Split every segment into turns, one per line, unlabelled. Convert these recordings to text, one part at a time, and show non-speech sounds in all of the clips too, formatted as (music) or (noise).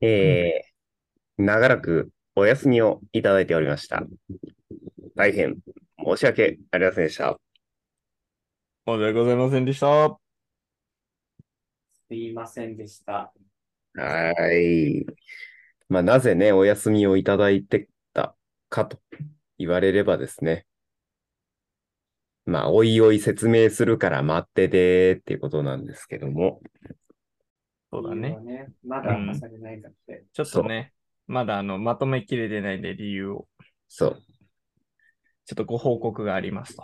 えー、長らくお休みをいただいておりました。大変申し訳ありませんでした。
申し訳ございませんでした。
すいませんでした。
はーい。まあ、なぜね、お休みをいただいてたかと言われればですね。まあ、おいおい説明するから待っててーっていうことなんですけども。
そうだね。
理由をねまだ明かされないかって。
ちょっとね、まだあの、まとめきれてないんで理由を、
そう。
ちょっとご報告がありますと。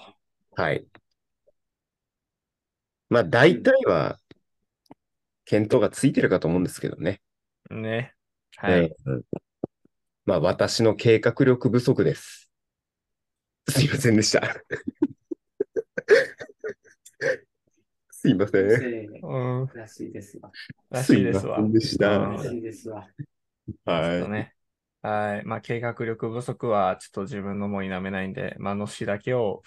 はい。まあ、大体は、検討がついてるかと思うんですけどね。
ね。はい。
うんまあ、私の計画力不足
(laughs)
です。すいませんでした。 (laughs) すいません。
せー
うん。
らしいですわ。
らしいですわ。
すいませんでし
う
た。
ん
らしいです
ち
わ。
ょっと
は
ね。はい。まあ、計画力不足は、ちょっと自分のも否めないんで、まあ、のしだけを、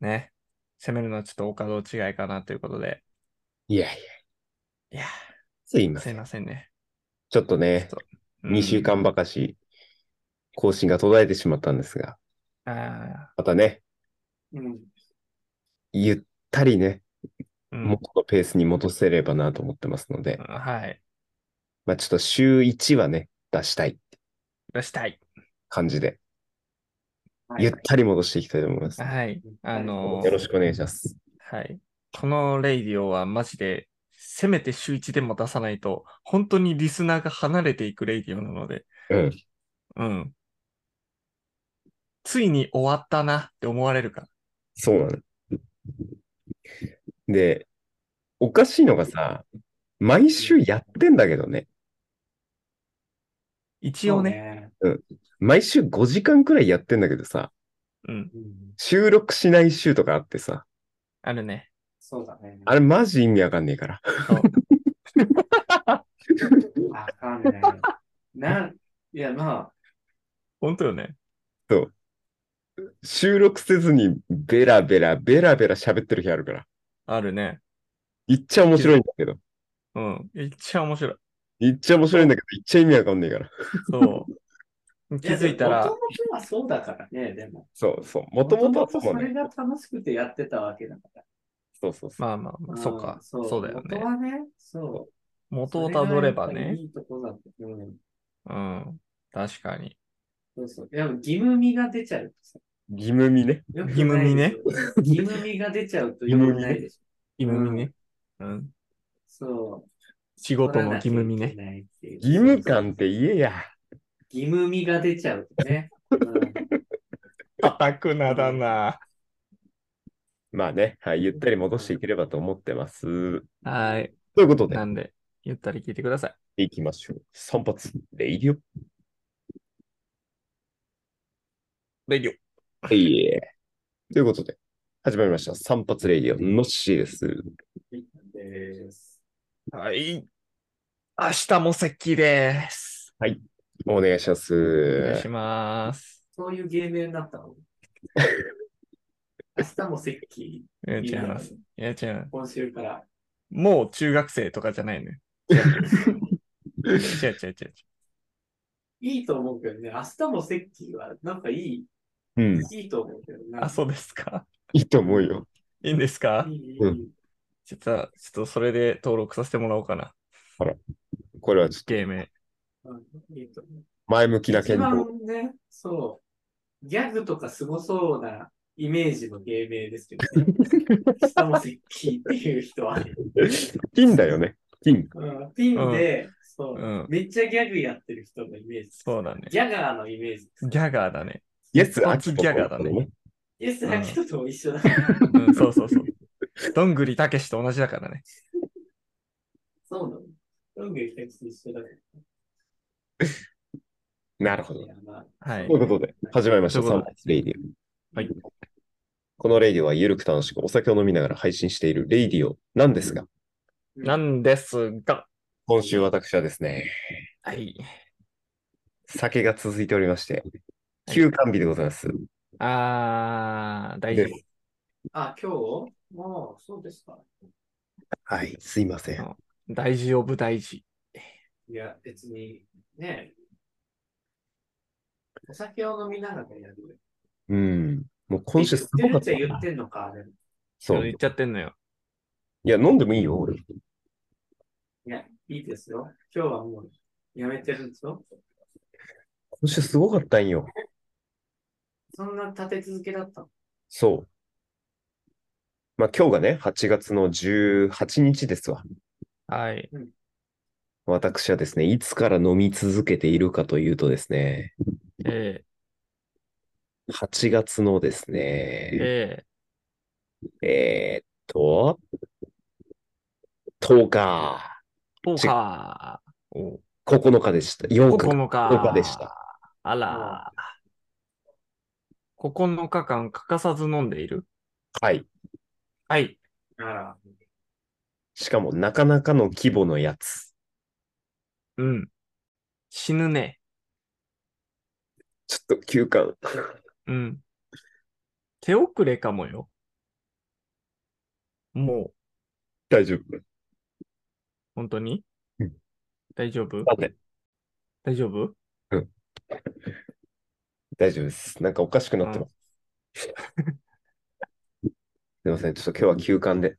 ね、攻めるのはちょっとお門違いかなということで。
い。いやいや、
いや
すい
ー、
ますせ
い
ん。
ませんね。
ちょっと
ちょっ
ね、
と。うん
2週。間ばかし、更新が途絶えてしまったんですが、
あ
またね、
うん。
ゆったりね、
ーうん
元のペースに戻せればなと思ってますので、
うんはい。
まあちょっと週1はね、出したい
出したい。
感じで、
はい
ゆったり戻していきたいと思います。
はい。あのー
よろしくお願いします。
はい。このレイディオはマジで、せめて週1でも出さないと、本当にリスナーが離れていくレイディオなので、
うん。
うん。ついに終わったなって思われるから。
そうなの。で、おかしいのがさ、毎週やってんだけどね、
一応ね。
毎週5時間くらいやってんだけどさ、
うん。
そうね。うん
収録しない週とかあってさ、
あるね。
そうだね。
あれマジ意味わかんねえから。
そう。
わかん
(laughs)
ない。なん、いや、まあ、
本当よね。
収録せずにベラベラ、ベラベラ喋ってる日あるから。
あるね。
いっちゃ面白いんだけど。
うん。めっちゃ面白い。
いっちゃ面白いんだけど、いっちゃ意味わかんねえから。
(laughs)
そう。気づいた
も
ら
と、もとはそうだからね、でも。
そうそう。もともとは
元
そう
々そ
なの
れ
よ
が楽しくてやってたわけだから。
そうそうそう。
まあまあまあ、そうか
ん。
そうだよ
元
ね。
はね、そう。
元をたどれば
そがやっぱり
ね。
いいとこだって。うん。
うん。確かに。
そうそう。でも義務味が出ちゃうとさ。
義務味ね。
よくないでしょ。
義
義務味が出ちゃうと良くないでしょ。
義務ね。うん。
(laughs) そう。
仕事の義務味ね。
ね。
務感って言えや。
義務味が出ちゃうとね。うん
硬くなだな。
まあね、はい、ゆったり戻していければと思ってます。
はい。
ということで
な、んで、ゆったり聞いてください。
いきましょう。散髪、レイディ
レイディ
オ。いえ。 (laughs) ということで、始まりました。散髪レイディオ、のっしーです。
です。
オ。はい。明日も席です。
お願いしま
お願い
す
し。ます。
そういう芸名になったの明日も石器、
いや、違います。いや、違う。
今週から。
もう中学生とかじゃないね。 (laughs) 違う違う違う違う。
いいと思うけどね、明日も石器はなんかいい、
うん、
いいと思うけどな。
あ、そうですか。
いいと思うよ。
いいんですか
いいいい
うん
ちょっと、ちょっとそれで登録させてもらおうかな。
これはちょっと
芸名。
うんいいと思う
前向きな
一
検討。
番ね、そう、ギャグとかすごそうなイメージの芸名ですけ
(laughs)
どね。明日も石器っていう人は。
金だよね。金。
うんピンで、そうう、
ん。
めっちゃギャグやってる人のイメージ。
そうだね。
ギャガーのイメージ。
ギャガーだね。
イエス、
一発ギャガーだ
秋元
ね。
イエスだけどとも一緒だから。
うん、そうそうそう。どんぐりたけしと同じだからね。
そうなの。どんぐり二つ一緒だから。
なるほど
い。やまあ
はい
とい。うことで、始まりました。
というこ
サン
とで
パスレイディオ。
はい。
このレイディオはゆるく楽しくお酒を飲みながら配信しているレイディオなんですが、
なんですが、
今週私はですね、
はい。
酒が続いておりまして、休館日でございます。
あー、大丈夫。
あ、今日もう、そうですか。
はい、すいません。
大事オブ大事。
いや、別に、ねお酒を飲みながらやる。
うん。もう今週すごかった
言ってるっちゃ言ってんのか、でも。
そ
そう。
れ
い
言っちゃってんのよ。
や、飲んでもいいよ、俺。
いや、いいですよ。今日はもう、やめてるんですよ。
今週すごかったんよ。
そんな立て続けだったの。
そう。まあ今日がね、8月の18日ですわ。
はい。
私はですね、いつから飲み続けているかというとですね、
え
8月のです
え
ね、
え
えーっと、10日、
え10日。お
9日でした。8日、
9日。
10日でした。
あら。9日間欠かさず飲んでいる。
はい。
はい。
あら、
しかも、なかなかの規模のやつ。
うん。死ぬね。
ちょっと休館。
うん。手遅れかもよ。もう、
大丈夫。
本当に
うん
大丈夫
あね
大丈夫
大丈夫です。なんかおかしくなってます。すいません。ちょっと今日は休館で。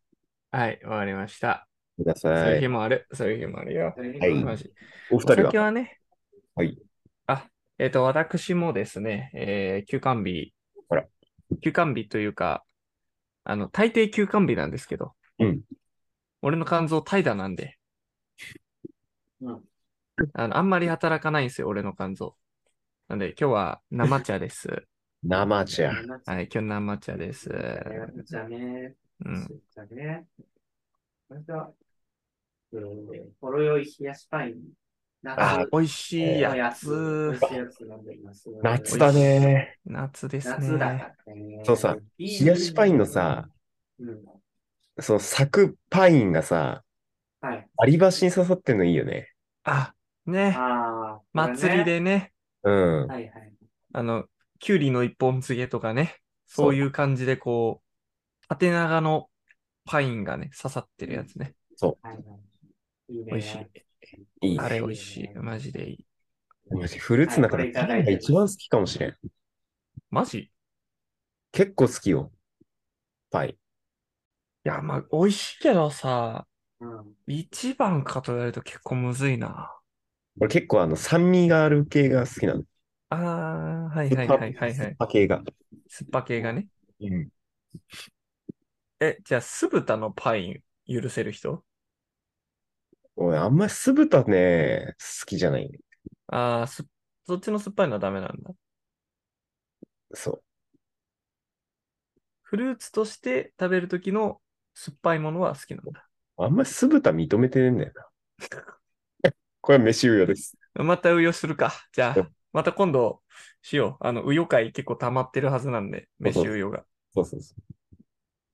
はい、わかりました。
くだ
そう
さ
いう
い
日。もある。そういう日もあるよ。
大
はい
変
マジ
お
お
二人
酒
は
はね。
はい。
あ、えっ、と、私もですね、えー休館日。
あら
休館日というか、あの、大抵休館日なんですけど。
うん
俺の肝臓怠惰なんで。
うん
あの、あんまり働かないんですよ、俺の肝臓。なんで、今日は生
(laughs)
茶です。
生チェア。
だ。
はい、今日生茶です。
じゃあね。
うん。
じゃあね。それでは、えー、ほろ酔い冷やしパイン。
あ
夏
美味しい
の
や
やつ
つ。。
美味しいやつ飲んでいます。
夏だね。
夏ですね。
夏だからね。
そうさ
いいね
冷やしパインのさ、
うん、
その咲くパインがさ、
はい。
割り箸に刺さってんのいいよね。
あ、ね。
ああ、
祭り
こ
でね、
うん
れね。。はいはい。
あの、きゅうりの一本漬けとかね、そういう感じでこう、縦長のパインがね、刺さってるやつね。
はいはい。いいね。
美味しい。
いい
あ
ね。
れ美味しい。マジでいい。
マジフルーツの中でパインが一番好きかもしれん。
マジい
結構好きよ。パイン。
や、まあ、美味しいけどさ、
うん。
一番かと言われると結構むずいな。
俺結構あの酸味がある系が好きなの。
あー、はいはいはいはいは
酸っ
い。
ぱ系が。
酸っぱ系がね。
うん。
え、じゃあ、酢豚のパイン許せる人
俺あんまり酢豚ね、好きじゃない。
あー、す、そっちの酸っぱいのはダメなんだ。
そう。
フルーツとして食べるときの酸っぱいものは好きなんだ。
あんまり酢豚認めてねえんだよな。 (laughs) これは飯用です。
またうよするか。じゃ
う
あ、また今度しよう。あの、うよ会結構溜まってるはずなんで、
そうそう
飯うよが。
そうそうそう。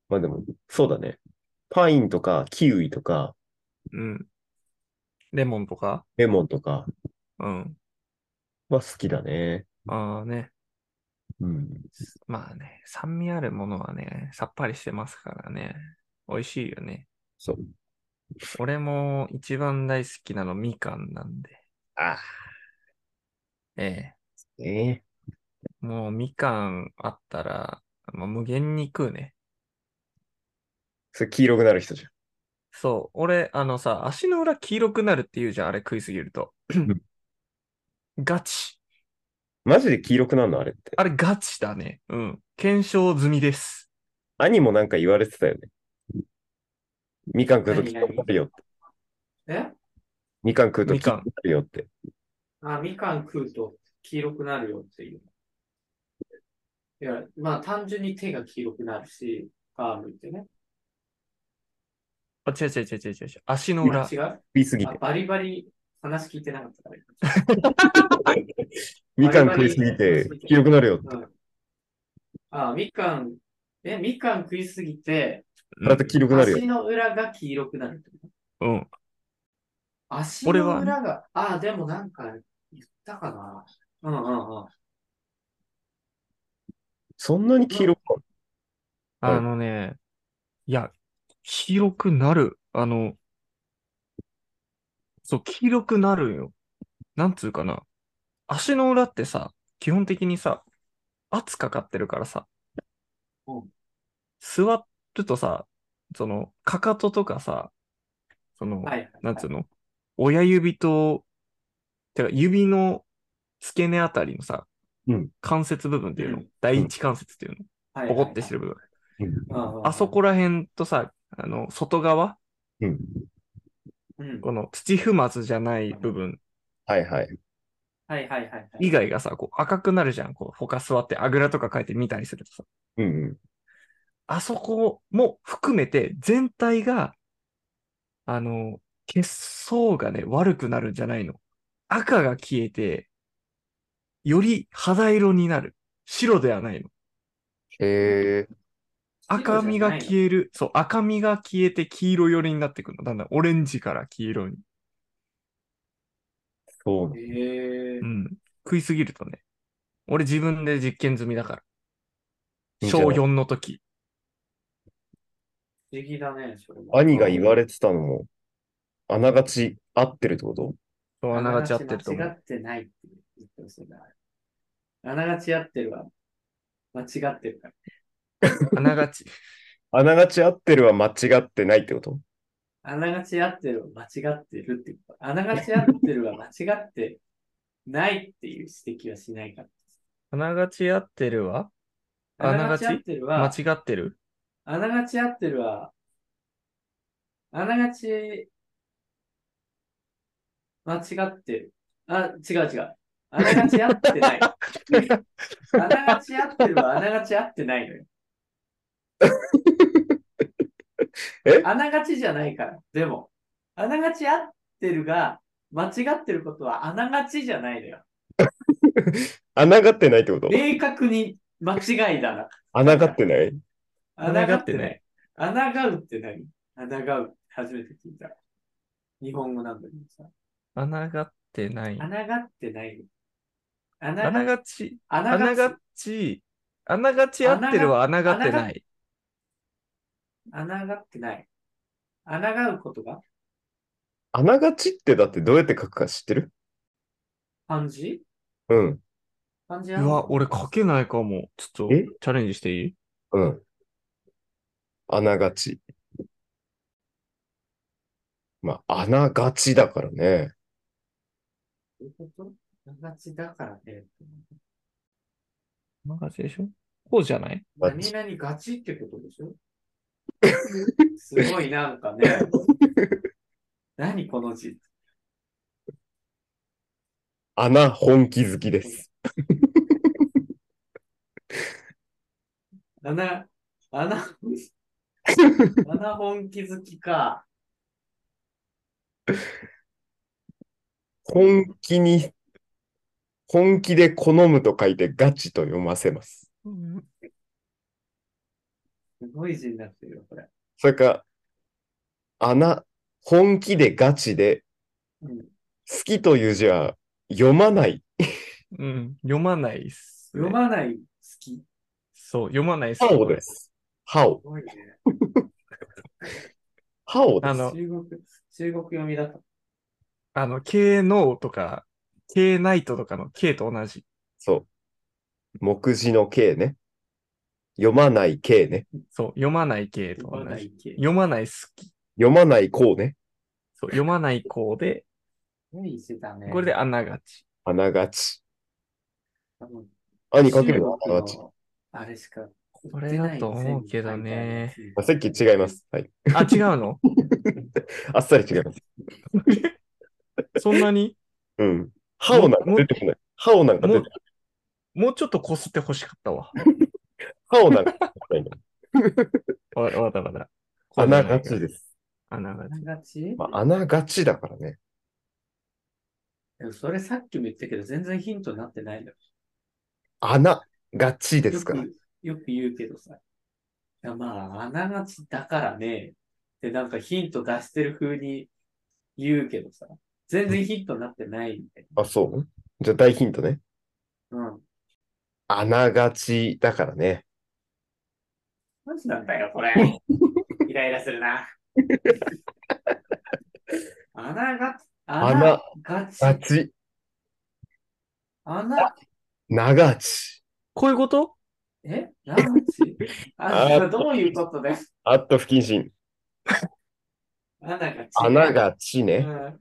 まあでも、そうだね。パインとか、キウイとか、
うん。レモンとか
レモンとか
うん。
は好きだね。
ああね。
うん。
まあね、酸味あるものはね、さっぱりしてますからね。美味しいよね。
そう。
俺も一番大好きなのみかんなんで。
あ
え
あ、ね
え。もうみかんあったら、もう無限に食うね。
それ黄色くなる人じゃん。
そう。俺、あのさ、足の裏黄色くなるって言うじゃん。あれ食いすぎると。ガチ。
マジで黄色くなるのあれって。
あれガチだね。うん。検証済みです。
兄もなんか言われてたよね。みかん食うと黄
何
色くなるよって。
え
みかん食うと黄
みかん
色くなるよって。
あ、みかん食うと黄色くなるよっていう。いや、まあ単純に手が黄色くなるし、皮むいてね。
あ、違う違う違う違う違う。足の裏
あ、違。う
食いすぎ
あ
て。
バリバリ話聞いてなかったから。
(laughs) みかん食いすぎて黄色くなるよって。
うん、あ、みかん、え、みかん食いすぎて、
だって黄色くなるよ。
足の裏が黄色くなるってこと。
うん。
足
俺
の
は
裏が、あ、でもなんか言ったかな。うんうんうん。
そんなに黄色くなる
あのね、いや、広くなる。あの、そう、黄色くなるよ。なんつうかな。足の裏ってさ、基本的にさ、圧かかってるからさ
うん、
座るとさ、その、かかととかさ、その、
はいはい。
なんつうの親指と、てか指の付け根あたりのさ、
うん
関節部分っていうの、
うん
第一関節っていう
は
の、
いはい
ポ
は
コ
い
ってしてる部分、
うんうん
あそこら辺とさ、あの、外側、
うん。
うん
この土踏まずじゃない部分
はいはい。
はいはいはいはい。
以外がさ、こう赤くなるじゃん。こう、他座ってあぐらとか書いて見たりするとさ、
うんうん。
あそこも含めて全体が、あの、血相がね、悪くなるんじゃないの。赤が消えて、より肌色になる。白ではないの。
へえ。
赤みが
え
消える。そう、赤みが消えて黄色寄りになってくるの。だんだんオレンジから黄色に。
そうね。
え
うん。食いすぎるとね。俺自分で実験済みだから。
いい
小
じゃん
4の時。
不思議だね、それは。
兄が言われてたのも、あながち合ってるってこと
そう、穴がち合ってると思
あな
う。
がち間違ってないって言ってほしいな。あながち合ってるわ。間違ってるから。
あながち。
あながち合ってるは間違ってないってこと
あながち合ってるは間違ってるってこと。あながち合ってるは間違ってないっていう指摘はしないから。
あながち合ってるわ (laughs) あながち
合ってる
間
は、
違ってる
あながち合ってるは、あながち、間違ってる。あ、違う違う。あながち合ってない。あながち合ってるは、あながち合ってないのよ。
え
あながちじゃないから。でも、あながち合ってるが、間違ってることはあながちじゃないのよ。
あながってないってこと
明確に間違いだな。
あながってない
あながってない。あながうって何あながうって初めて聞いた。日本語なんだけどさ。
穴がってない。
あながってない。あな
穴
が、
がち、
あな
穴
が
が
ち、
ち、穴がち合ってるは穴がってない。
あながってない。あながうことが
あながちってだってどうやって書くか知ってる
漢字
うん。
漢字
う
あるの
わ、俺書けないかも。ちょっと
え
チャレンジしていい
うん。あながち。まあ、あながちだからね。
どういうことあながちだからね。
穴がちでしょこうじゃない
ガ
何
チ
々ガチってことでし (laughs) ょすごいなんかね。何この字。
あな本気好きです。
穴、穴、 (laughs) 穴本気好きか。
本気に、本気で好むと書いてガチと読ませます。
すごい字になってるよ、これ。
それか、あな、本気でガチで、
うん
好きという字は読まない。
うん、読まないっすね、
読まない好き。す
そう、読まないっす
ハ
ね、
オ
これ
です。ハオ。
ごいね。
ハオで
あ
す。
の
中、国、中国読みだった。
あの、K ノーとか、K ナイトとかの K と同じ。
そう。目次の K ね。読まない K ね。
そう、読まない K と
読
同
まな
じ。
い系。
読まない好き。
読まないこうね。
そう、読まないこう
(laughs)
で、
何してたね。
これで穴がち。
あながち。
多分、
兄かけるの
中
あな
国
がち。
のあれしか。
それだと思うけどね。
あさっき違います。はい。
あ、違うの (laughs)
あっさり違います。
そんなに
うん。ハオなんか出てこない。ハオなんか出てこない。
もうちょっとこすってほしかったわ。
ハオなんか出てこないの。
わわかったわかった。。
あながちですす。
穴が
あ
ち。
ながち
まあ、あながちだからね。
でもそれさっきも言ったけど、全然ヒントになってないんだよ。
あながちです
よ
から。
くよく言うけどさ。いやまあ、あながちだからね。で、なんかヒント出してる風に言うけどさ。全然ヒントになってないみたい
あ、そうじゃあ大ヒントね。
な。うん。
あながちだからね。
マジなんだよ、
(laughs)
これ。イライラするな。穴が穴、ガチ、
ガチ、
穴、
長ち。
こういうこと
えラム
(laughs)
チあ、どういうことだよ。
あっと不謹慎。
穴がち。
穴がち
う
ね。
ん。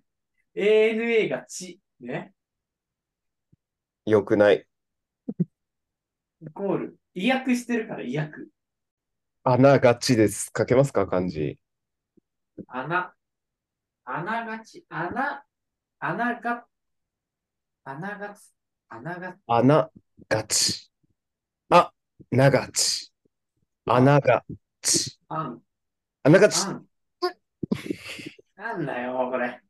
ANA がち。ね。
よくない。
イコール。意訳してるから意訳。
穴がちです。書けますか漢字。
穴。穴がち。穴。穴が。穴がつ。穴が。
穴がち。あ、長ち。穴がち。
あん。
穴がち (laughs)
あ。ん。なんだよ、これ。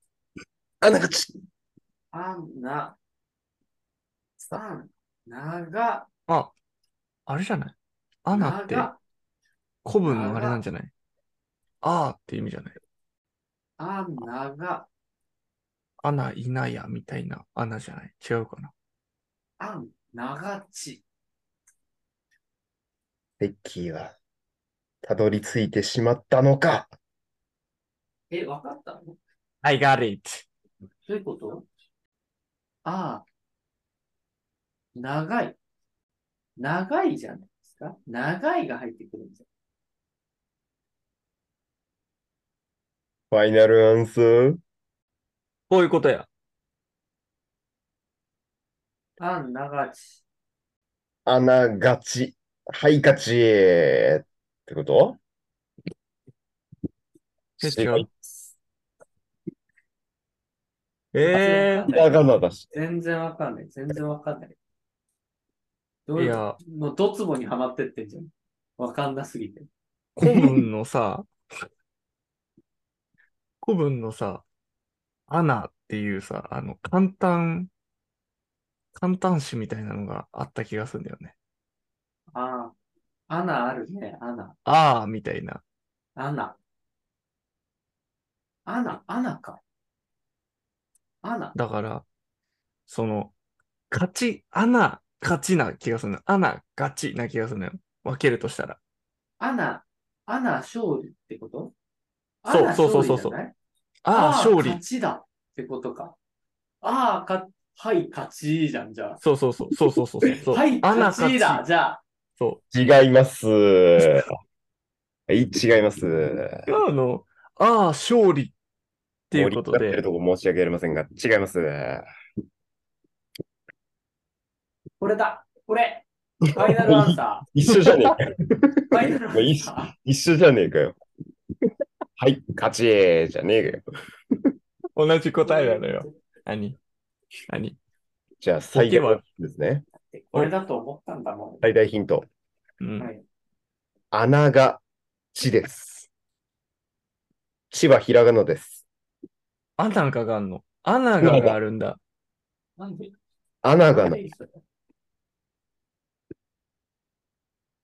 穴がち。
あんな。あん。長。
あ、あれじゃない穴って
長
古文のあれなんじゃないあーって意味じゃない
あん、長。
穴いなやみたいな穴じゃない違うかな
あん、長ち。
ベッキーは、たどり着いてしまったのか。
え、わかったの
?I got it.
どういうことああ。長い。長いじゃないですか。長いが入ってくるんじ
ファイナルアンスー
こういうことや。
ゃん。あん、長ち。
穴がち。はい、勝ち。ってこと
え
違
違うえ (laughs)
ひらがなだし。
全然わかんない。全然わかんない。どう
い
いう
や、
もうドツボにはまってってんじゃん。わかんなすぎて。
古文のさ、古文のさ、アナっていうさ、あの、簡単、簡単詞みたいなのがあった気がするんだよね。
ああ。穴あるね。穴。
あーみたいな。
穴。穴、穴か。穴。
だから、その、勝ち、アナ、勝ちな気がするの。アナ、ガチな気がするのよ。分けるとしたら。
穴、穴勝利ってこと
そう
穴
そうそう
勝利
そう
じゃない
あー勝利
勝。ちだってことか。ああ、か、はい、勝ちじゃん、じゃあ。
そうそうそう、そうそうそうそう。
はい、
アナ、
勝ちだ、じゃあ。
そう。
違います。はい、違います。
あの、あー勝利っていうこと
盛り上がって
で
る、とこ申し訳ありませんが、違います。
これだ、これ。ファイナルアンサ
一緒じゃねえ
(laughs)
かよ。
ー。ファイナルアンサー。
一緒じゃねえかよ。はい、勝ちじゃねえかよ。
同じ答えなのよ。。何何
じゃあ、最大
ボケは
ですね。
これだと思ったんだも。
最大ヒント。
うんん。
はい。
穴がちです。ちはひらがなです。
アナががあんの。アナががあるんだ。
なんで
穴がな。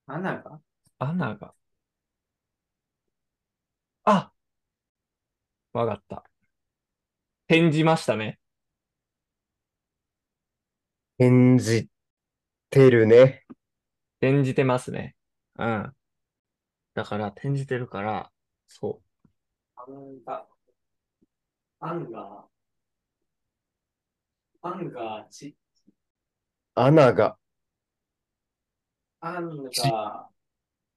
穴が
アナが。あわかった。返事ましたね。
返じてるね。
転じてますね。うん。だから、転じてるから、そ
穴が。アンガー。アンガーち。
穴が
アンガ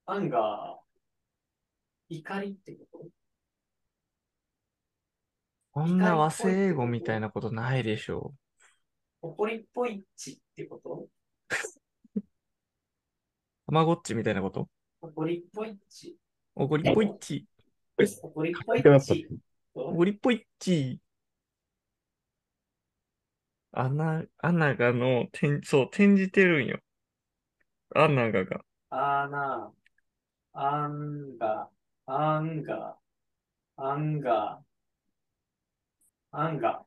ー。アンガー。怒りってこ
う。こんな和製英語みたいなことないでしょ
と怒りっぽいちってこと
う。たまごっちみたいなこと
怒りっぽいち。
おごりっぽいっち。
怒りっ
書
ぽい
いてます
ち。
おごりっぽいっち。アナ、アナがの、てん、そう、転じてるんよ。アナがが。
アナ、アンガ、アンガ、アンガ、アンガ、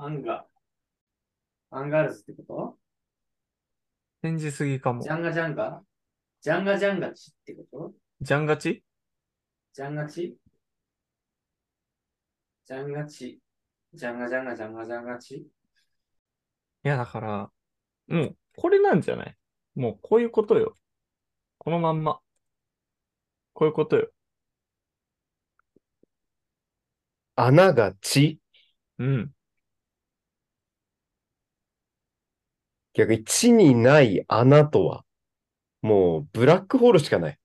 アンガ、アンガールズってこ
転じすぎか
と
も
ジ。ャンガジャンガジャンガジャンガチってこと
ジャンガチ
ジャンガチジャンガチジャンガジャンガジャンガジャンガチ
いや、だから、もう、これなんじゃないもう、こういうことよ。このまんま。こういうことよ。
穴が血
うん。
逆に地にない穴とは、もうブラックホールしかない。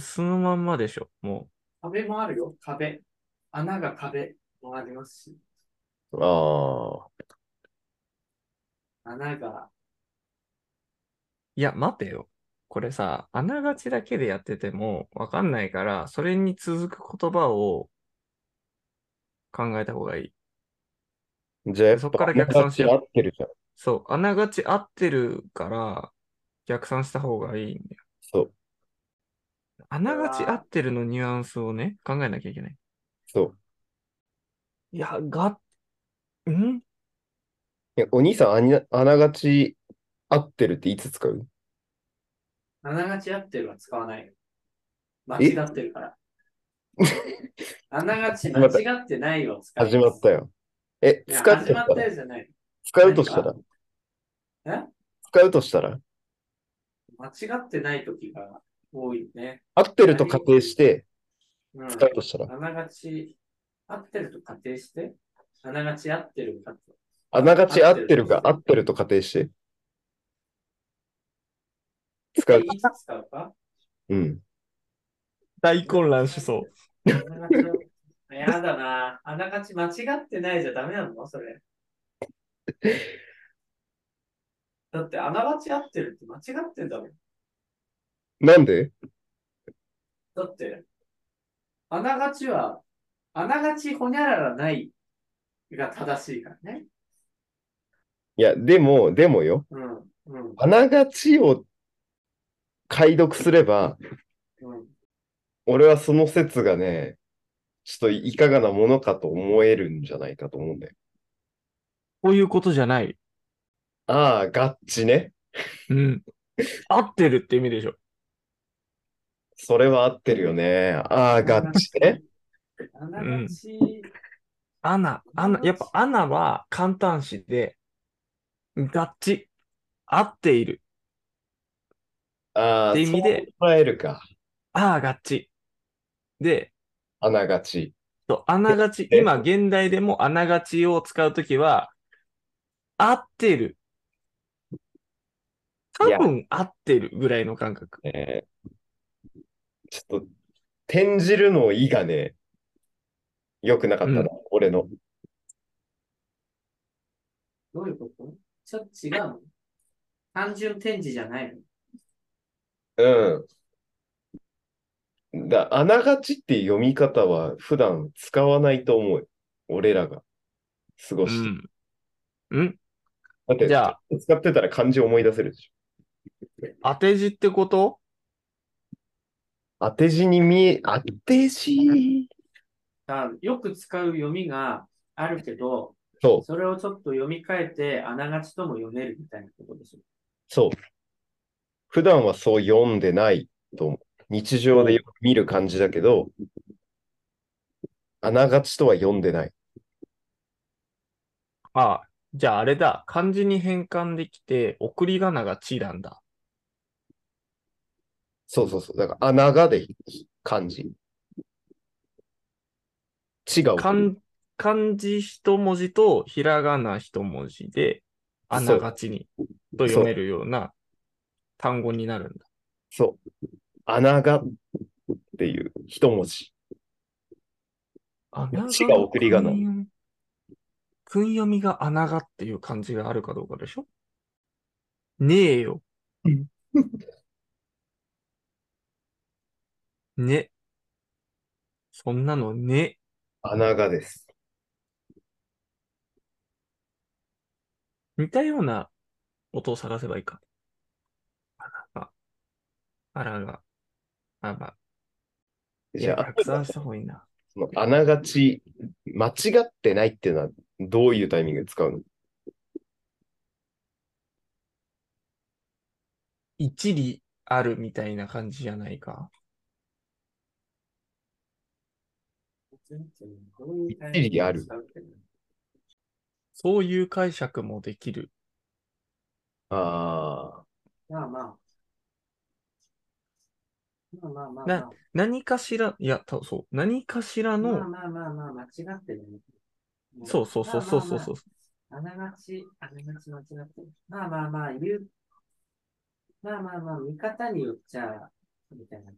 そのまんまでしょ。も
壁もあるよ、壁。穴が壁もありますし、
ああ、
穴が、
う。いや、待てよ。これさ、あながちだけでやっててもわかんないから、それに続く言葉を考えた方がいい。
じゃあやっ
そっ
ぱ
から逆算しよう
穴が血合ってるじゃん。
そう、あながち合ってるから、逆算した方がいいんだよ。
そう、
あながち合ってるのニュアンスをね、考えなきゃいけない。
そう。
いや、が、ん
いやお兄さん、あに穴がち合ってるっていつ使う
穴がち合ってるは使わないよ。間違ってる
(laughs)
から。穴がち間違ってないを使う。
始まったよ。え、
いや
使うとした
始
ら
まったよじゃない。
使うとしたら
え
使うとしたら
間違ってない時が多いね。
合ってると仮定して、
うん。
使うとしたら
穴がち、合ってると仮定して、穴がち合ってるかと。
あながち合ってるか合ってると仮定して。使う。
いつ使うか
うん。
大混乱しそう。
穴がちをやだな。穴がち間違ってないじゃダメなのそれ。だって穴がち合ってるって間違ってんだもん。
なんで
だって、あながちは、あながちほにゃららないが正しいからね。
いや、でも、でもよ。
うん、うん、
あながちを解読すれば、
うん。
俺はその説がね、ちょっといかがなものかと思えるんじゃないかと思うんだよ。
こういうことじゃない。
ああ、ガッチね。
うん。合ってるって意味でしょ。
それは合ってるよね。ああ、ガッチね。
あながち、
アナ、アナ、やっぱアナは簡単詞で、ガッチ、合っている。
ああ、
って意味で
そう捉えるか。
ああ、ガッチ。で、
あながち。
そうあながち、
え
今、現代でもあながちを使うときは、合ってる。多
いや
分合ってるぐらいの感覚。
ねちょっと、転じるの意がね、良くなかったな、
うん
俺の。
どういうことちょっと違うの単純展示じゃないの
うん。だ、あながちっていう読み方は普段使わないと思うよ。俺らが過ご
う
して。
ん。うん
だって、
じゃあ
使ってたら漢字思い出せるでし
当て字ってこと
ょ。当て字に見え、当て字。
だからよく使う読みがあるけど、
そう、
それをちょっと読み替えて、あながちとも読めるみたいなことでしょ。
そう。普段はそう読んでないと思う。日常でよく見る漢字だけど、あながちとは読んでない。
ああ、じゃああれだ。漢字に変換できて、送り仮名がちなんだ。
そうそうそう。だから、穴がで漢字。違う。
漢漢字一文字とひらがな一文字で、あながちにと読めるような単語になるんだ。
そう。穴がっていう一文字。
あ
いや
な
ちが送り仮名
訓読み訓読みが穴がっていう漢字があるかどうかでしょねえよ。ね。そんなのね。
穴がです。
似たような音を探せばいいか。あらが。あらが。あまあ。
じゃあ、
拡散した方がいいな。
その穴がち、間違ってないっていうのはどういうタイミングで使うの
一理あるみたいな感じじゃないか。
どういうタイミングで
一理ある
使うっていうの
そういう解釈もできる。
ああ、
まあまあ。まあまあまあま
な
あ。
何かしら、いや、たそう、何かしら
まあ
の、
まあまあまあ、間違ってるね。
そうそうそうそうそう
まあま
そう。
あまああながち、あながち間違ってる。まあまあまあ、言う。まあまあまあ、見方によっちゃ、みたいな。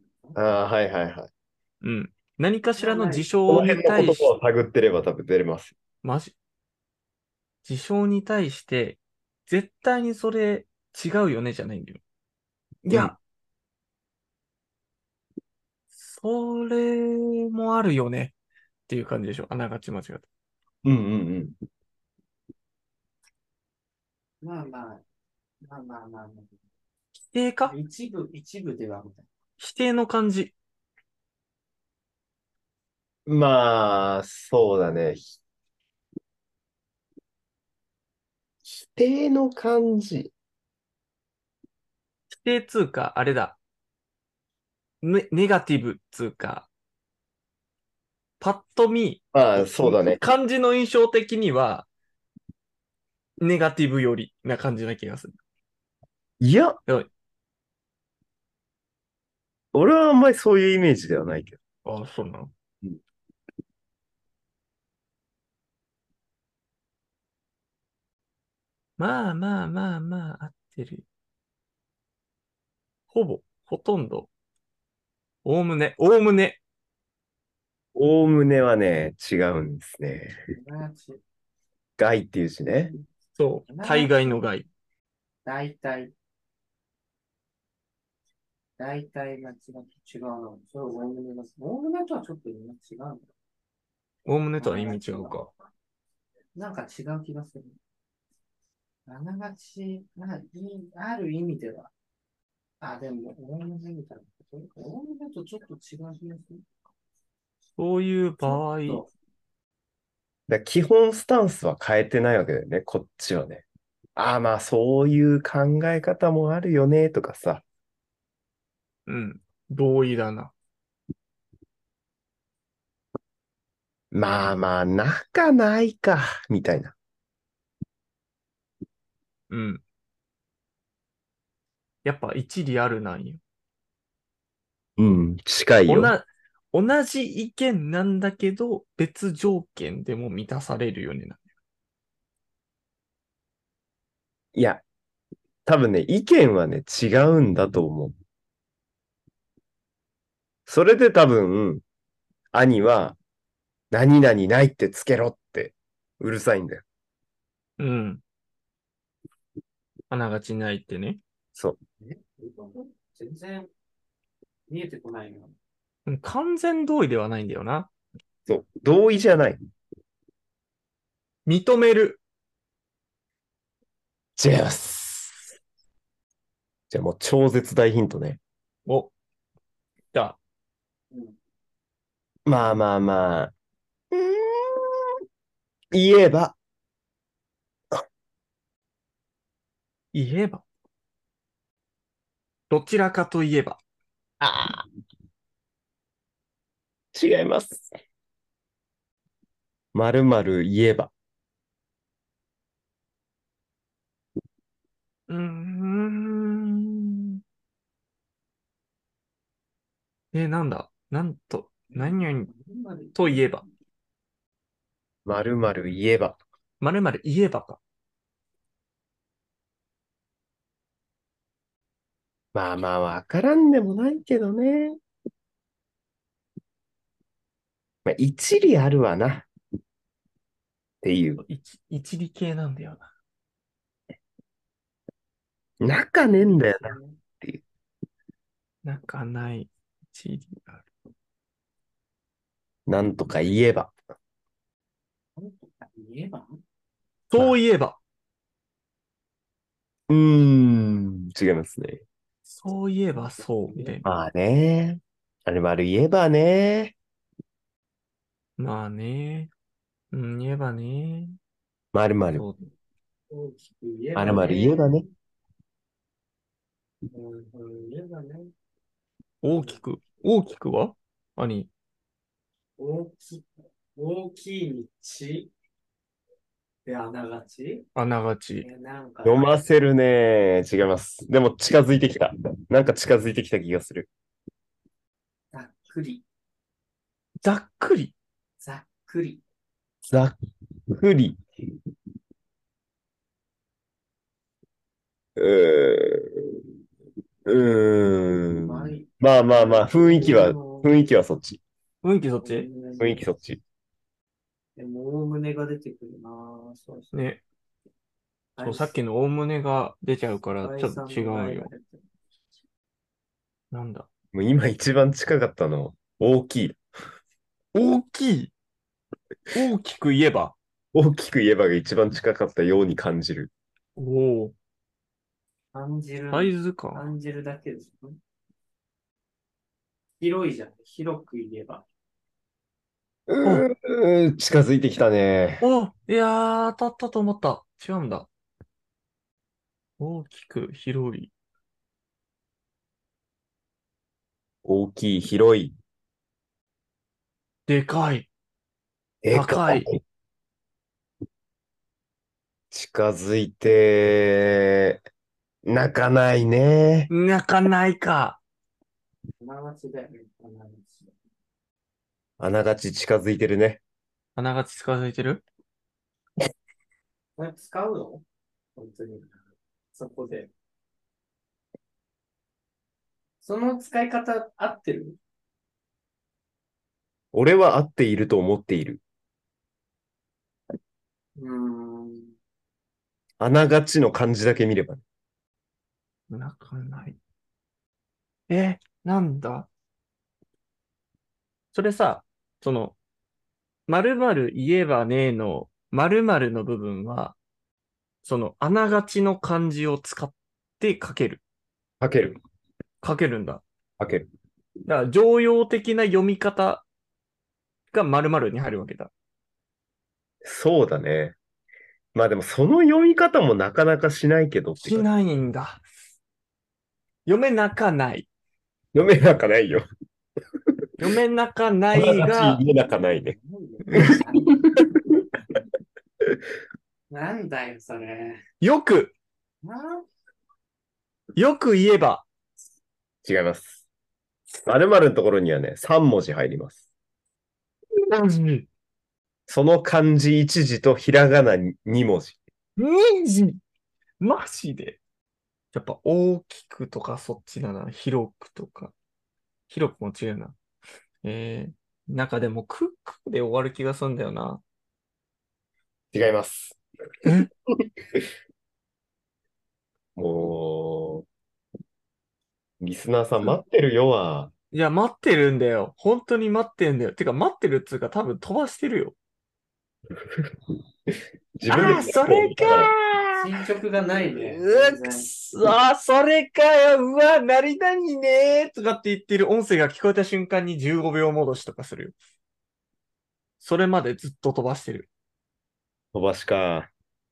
ああ、はいはいはい。
うん。何かしらの事
この
象に
辺の
対
言
し
葉を探ってれば多分出れます。
マジ、事象に対して、絶対にそれ違うよねじゃないんだよ。いや、
うん
それもあるよねっていう感じでしょ。あながち間違って。
うんうんうん。
まあまあ、まあまあまあま
否定
あ
か。
一部、一部ではみたい
否定の感じ。
まあ、そうだね。ひ否定の感じ。
否定つうか、あれだ。ね、ネガティブつうか、パッと見、
まあ、そうだね。
漢字の印象的には、ネガティブよりな感じな気がする。
いや
おい、
俺はあんまりそういうイメージではないけど。
ああ、そうなのまあまあまあまあ、合ってる。ほぼ、ほとんど。おおむね、おおむね。
おおむねはね、違うんですね。
な。あながち、
害っていう字ね。
そう。大概の害。
大体、大体が違う違うの。それを概ねます。概ねとはちょっと意味が違うんだ。
おおむねとは意味違うか。
なんか違う気がする。あながち、まあ、いいある意味では。あ、でも、おおむねみたいなこと。おおむねとちょっと違う気がする。
そういう場合、
そう
だから基本スタンスは変えてないわけだよね、こっちはね。ああ、まあ、そういう考え方もあるよね、とかさ。
うん。同意だな。
まあまあ、なかないか、みたいな。
うん。やっぱ一理あるなんよ。
うん、近い
お
よ。
な、同じ意見なんだけど、別条件でも満たされるよねな。
いや、多分ね、意見はね、違うんだと思う。それで多分、兄は、何々ないってつけろって、うるさいんだよ。
うん。あながちないってね。
そう。
全然見えてこないよ。
うん完全同意ではないんだよな。
そう。同意じゃない。
認める。
違います。じゃあもう超絶大ヒントね。
お。だ。
うん。
まあまあまあ。うーん言えば、
言えば。どちらかといえば。
ああ。違います。まるまる言えば。
うーん。え、なんだなんと、何々といえば。
まるまる言えば。
まるまる言えばか。
まあまあ、わからんでもないけどね。まあ、一理あるわな。っていう。
一一理系なんだよな。
仲ねえんだよな。
なんかない。一理ある。
なんとか言えば。
なんとか言えば
そういえば。
うーん、違いますね。
そういえばそう。みたいな。
まあね。あれ丸言えばね。
まあね。うん、言えばね。
まるまる。
そう
大きく言えば、
まるまる言えばね。
うんうん言えばね。
大きく。大きくは兄。
大き、大きい道であながち
あなが
え
ち。
なんか、
読ませるね。違います。でも近づいてきた。なんか近づいてきた気がする。
くり、
ざっくり。
ざっくり、
ざっくり。うーん。うーん。
はい
まあまあまあ、雰囲気は、雰囲気はそっち。
雰囲気そっち
雰囲気そっち。
でも、大胸が出てくるなぁそうそう。
ね。そう、さっき
の
の大胸が出ちゃうから、ちょっと違うよ。。なんだ。
もう今一番近かったの、大きい。
大きい。大きく言えば。
大きく言えばが一番近かったように感じる。
おお。
感じる、
サイズか。
感じるだけですよね。広いじゃん。広く言えば。
うーん、近づいてきたね。
おいやー、当たったと思った。違うんだ。大きく、広い。
大きい、広い。
でかい。
で
高い。
近づいて、泣かないね。
泣かないか。
花街だよね。花街。
あながち近づいてるね。
あながち近づいてる
これ使うの本当に。そこで。その使い方合ってる
俺は合っていると思っている。
うーん。
あながちの漢字だけ見れば。
泣かない。え、なんだそれさ、その、〇〇言えばねえの、〇〇の部分は、その、あながちの漢字を使って書ける。
書ける。
書けるんだ。
書ける。
だから、常用的な読み方が〇〇に入るわけだ。
そうだね。まあでもその読み方もなかなかしないけどって
し
感じ。
ないんだ。読めなかない。
読めなかないよ。
読めなかない
あなが
が (laughs)
ち、読めなかないね。
なんだよ、それ。
よく、
なん
よく言えば、
違います。〇〇のところにはね、3文字入ります。その漢字1字とひらがな2文字。
二時マジでやっぱ大きくとかそっちだな。広くとか。広くも違うな。えー、なんかでもクックで終わる気がするんだよな。
違います
え。
(laughs) もう、リスナーさん待ってるよは、
いや、待ってるんだよ。本当に待ってんだよ。てか待ってるっつうか多分飛ばしてるよ。
自分で
ああー、それかー
進捗がないね。
う
全
っ
然
くそー、それかよ、うわ、なになにねーとかって言ってる音声が聞こえた瞬間に15秒戻しとかするよ。それまでずっと飛ばしてる。
飛ばしか。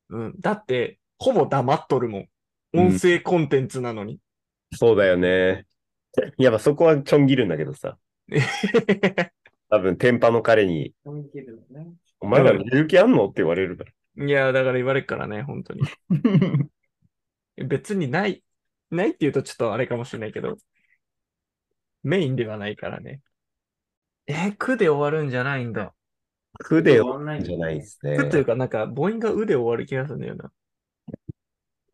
うん。だって、ほぼ黙っとるもん。
うん
音声コンテンツなのに。
そうだよね。やっぱそこはちょん切るんだけど
(laughs)
さ。多分、天パの彼に、
思い切るのね。
お前ら勇気あんのって言われるか
(laughs) いや、だから言われるからね、本当に。
ら。
別にない、ないって言うとちょっとあれかもしれないけど、メインではないからね。え、くで終わるんじゃないんだ。
苦で終わるんじゃないですね。
くというか、なんか、母音がうで終わる気がするんだよな。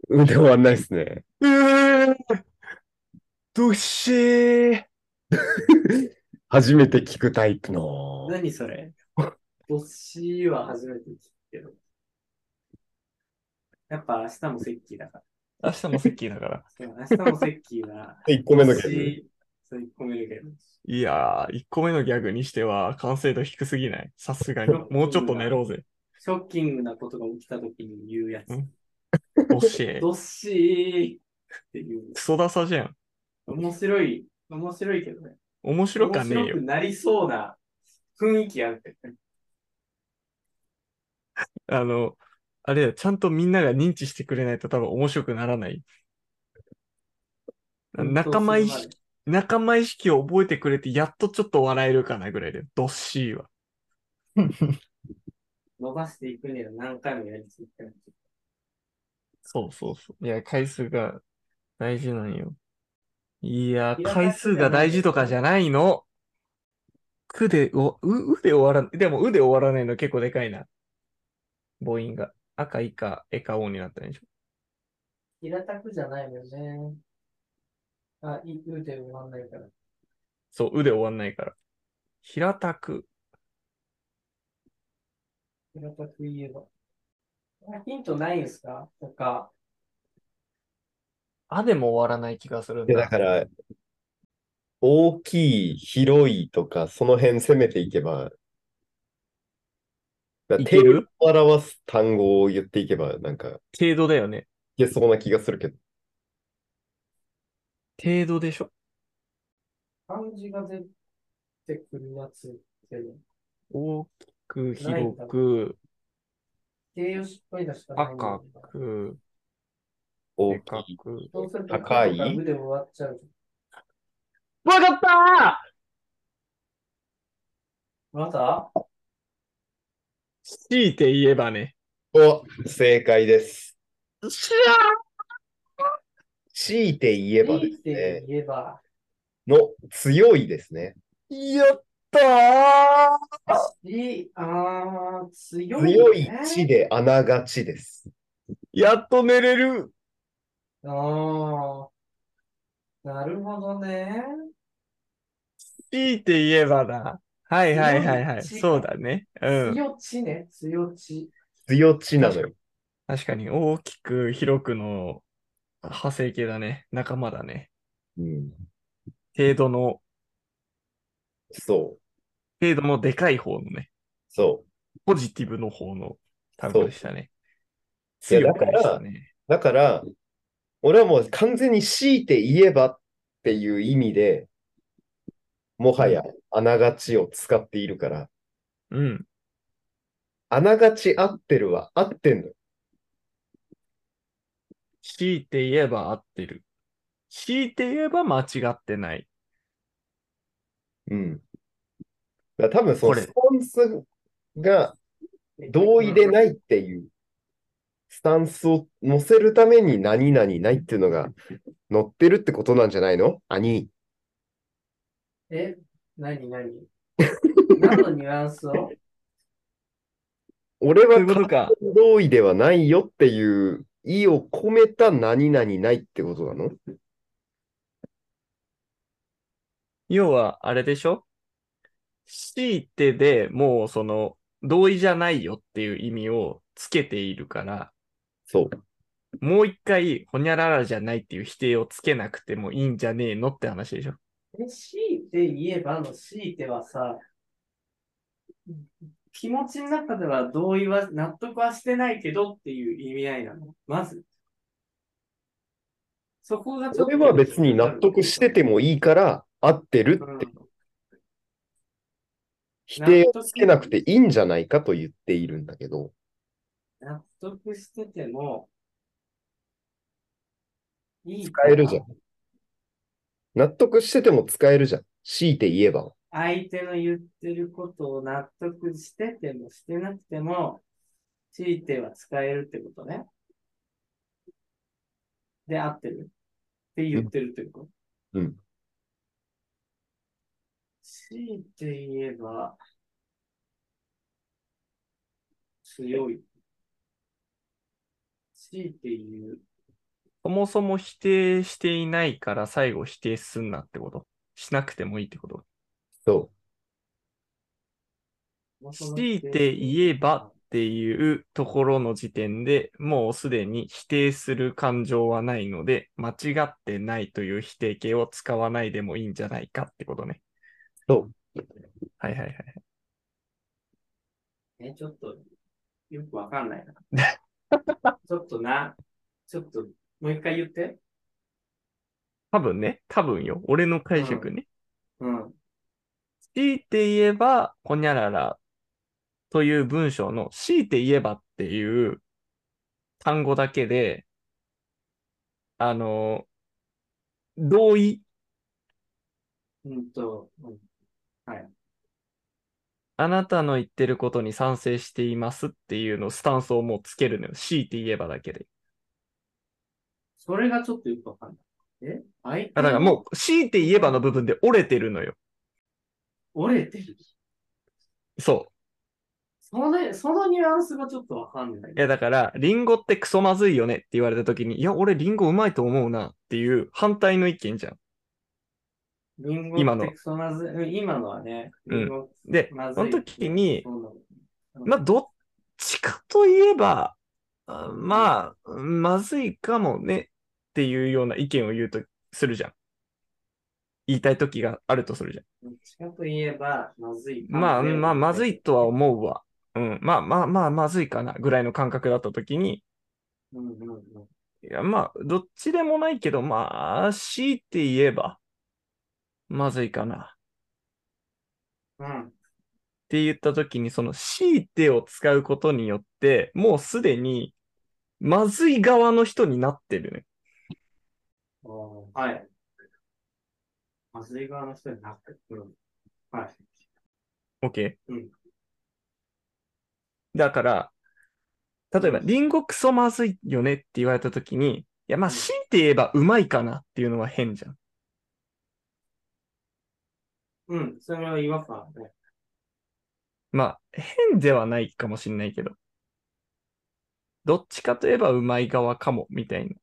うんで終わんないですね。
うーどっしー
初めて聞くタイプの。。
何それ (laughs) ボッシーは初めて聞くけど。やっぱ明日もセッキーだか
明
ら。
日もセッキーだから。
でも明日もセッキーは
1個目のゲーム。
ーそう、1個目のゲーム。
いやー、1個目のギャグにしては完成度低すぎない。さすがに。もうちょっと寝ろうぜ。
ショッキングなことが起きた時に言うや
うん
つ。
どっしー
どっしーっていう。
クソダサじゃん。
面白い、面白いけどね。
面白かねえ
面
よ
白く。なりそうな雰囲気あるけどね。
あの、あれだよ、ちゃんとみんなが認知してくれないと多分面白くならない。仲間意識、仲間意識を覚えてくれて、やっとちょっと笑えるかなぐらいで、どっしー
(laughs)
は。
伸ばしていくねは何回もやり続けないと。
そうそうそう。いや、回数が大事なんよ。いや
ひ、らがな
回数が大事とかじゃないの。くで、お、う、うで終わらん、でもうで終わらないの結構でかいな。母音が。赤いか、えか、おになったんでしょ。
平たくじゃないよね。あ、い、うで終わんないから。
そう、うで終わんないから。平たく。
平たく言えば。あヒントないんすかとか、
あでも終わらない気がするん
いやだから、大きい、広いとか、その辺攻めていけば、だから
いける
定義を表す単語を言っていけば、なんか、い
程度だよね。
けそうな気がするけど。
程度でしょ。
漢字が出てくるやつって、
大きく、
ないん
広
だ
く、
形容詞っぽいのしかないんだ
赤
よな。
く、
大
でか
きい。
く。
そうすると、
高い
とかうで終わっちゃう。
わかった
まだ
強いて言えばね。
お、正解です。
しゃ
強いて言えば
い
で
いっ
す
て
ね。
言えば、
の、強いですね。
やったー
いい、あー、強い、ね。
強い地であながちです。
やっと寝れる
ああ、なるほどね。
強いて言えばだ。はいはいはいはい。
強い
そうだね。うん。
強地ね、強地。
強地なのよ。
確かに大きく広くの派生系だね。仲間だね。
うん、
程度の、
そう、
程度のでかい方のね。
そう。
ポジティブの方の単語でしたね。
そういや
強くでしたね。
だから、俺はもう完全に強いて言えばっていう意味で、もはやあながちを使っているから、
うん。
あながち合ってるは合ってんのよ。
強いて言えば合ってる。強いて言えば間違ってない。
うん。だから多分その
これ
スポンスが同意でないっていうスタンスを乗せるために何々ないっていうのが乗ってるってことなんじゃないの兄。
え、なになに何のニュアンスを
俺
と
は
いうことか。
同意ではないよっていう意を込めた何々ないってことなの
要は、あれでしょ強いてでもうその同意じゃないよっていう意味をつけているから、
そう。
もう一回、ほにゃららじゃないっていう否定をつけなくてもいいんじゃねえのって話でしょ
え、強いて言えばの強いてはさ、気持ちの中では同意は、納得はしてないけどっていう意味合いなの。まず。そこがちょ
そ
っと。
れは別に納得しててもいいから合ってる
うん
って否定をつけなくていいんじゃないかと言っているんだけど、
納得してても、いい
使えるじゃん。納得してても使えるじゃん。強いて言えば。
相手の言ってることを納得しててもしてなくても、強いては使えるってことね。で、合ってるって言ってるってこと。
うん。
強いて言えば、強い。強いて言う。
そもそも否定していないから最後否定すんなってことしなくてもいいってこと
そ
強いて言えばっていうところの時点でもうすでに否定する感情はないので間違ってないという否定形を使わないでもいいんじゃないかってことね。
そう。
はいはいはい。
え、ちょっと、よくわかんない
(laughs)
な。ちょっとな、ちょっと、もう一回言って。
多分ね、多分よ。俺の解釈ね。
うん。
強いて言えば、ほにゃららという文章の強いて言えばっていう単語だけで、あの、同意、
うんと、うん
あなたの言ってることに賛成していますっていうのスタンスをもうつけるのよ。強いて言えばだけで。
それがちょっとよくわかんない。え相手
あだからもう強いて言えばの部分で折れてるのよ。
折れてる。
そ。
それ、そのニュアンスがちょっとわかんないう
い。や、だから、リンゴってクソまずいよねって言われた時に、いや、俺リンゴうまいと思うなっていう反対の意見じゃん。
リンゴ
今
っ
の
てクソまずいうん今のはね、
うん
リンゴ
で、
まず
その
い
時に、
そうなの
まあ、どっちかといえば、あまあ、まずいかもねっていうような意見を言うとするじゃん。言いたい時があるとするじゃん。
どっちかといえば、まずい。
まあ、まあ、まずいとは思うわ。うん、まあまあまあ、まずいかなぐらいの感覚だった時に、
うんうんうん。
いや、まあ、どっちでもないけど、まあ、強いて言えば、まずいかな。
うん。
って言った時に、その強いてを使うことによって、もうすでに、まずい側の人になってるね。
あーはい。まずい側の人になってくる。はい。
OK?
うん
だから、例えば、
うん
リンゴクソまずいよねって言われた時に、いや、まあ、
うん
強いて言えばうまいかなっていうのは変じゃん。
うん。それは違和感ね。
まあ、変ではないかもしんないけど。どっちかといえばうまい側かも、みたいな、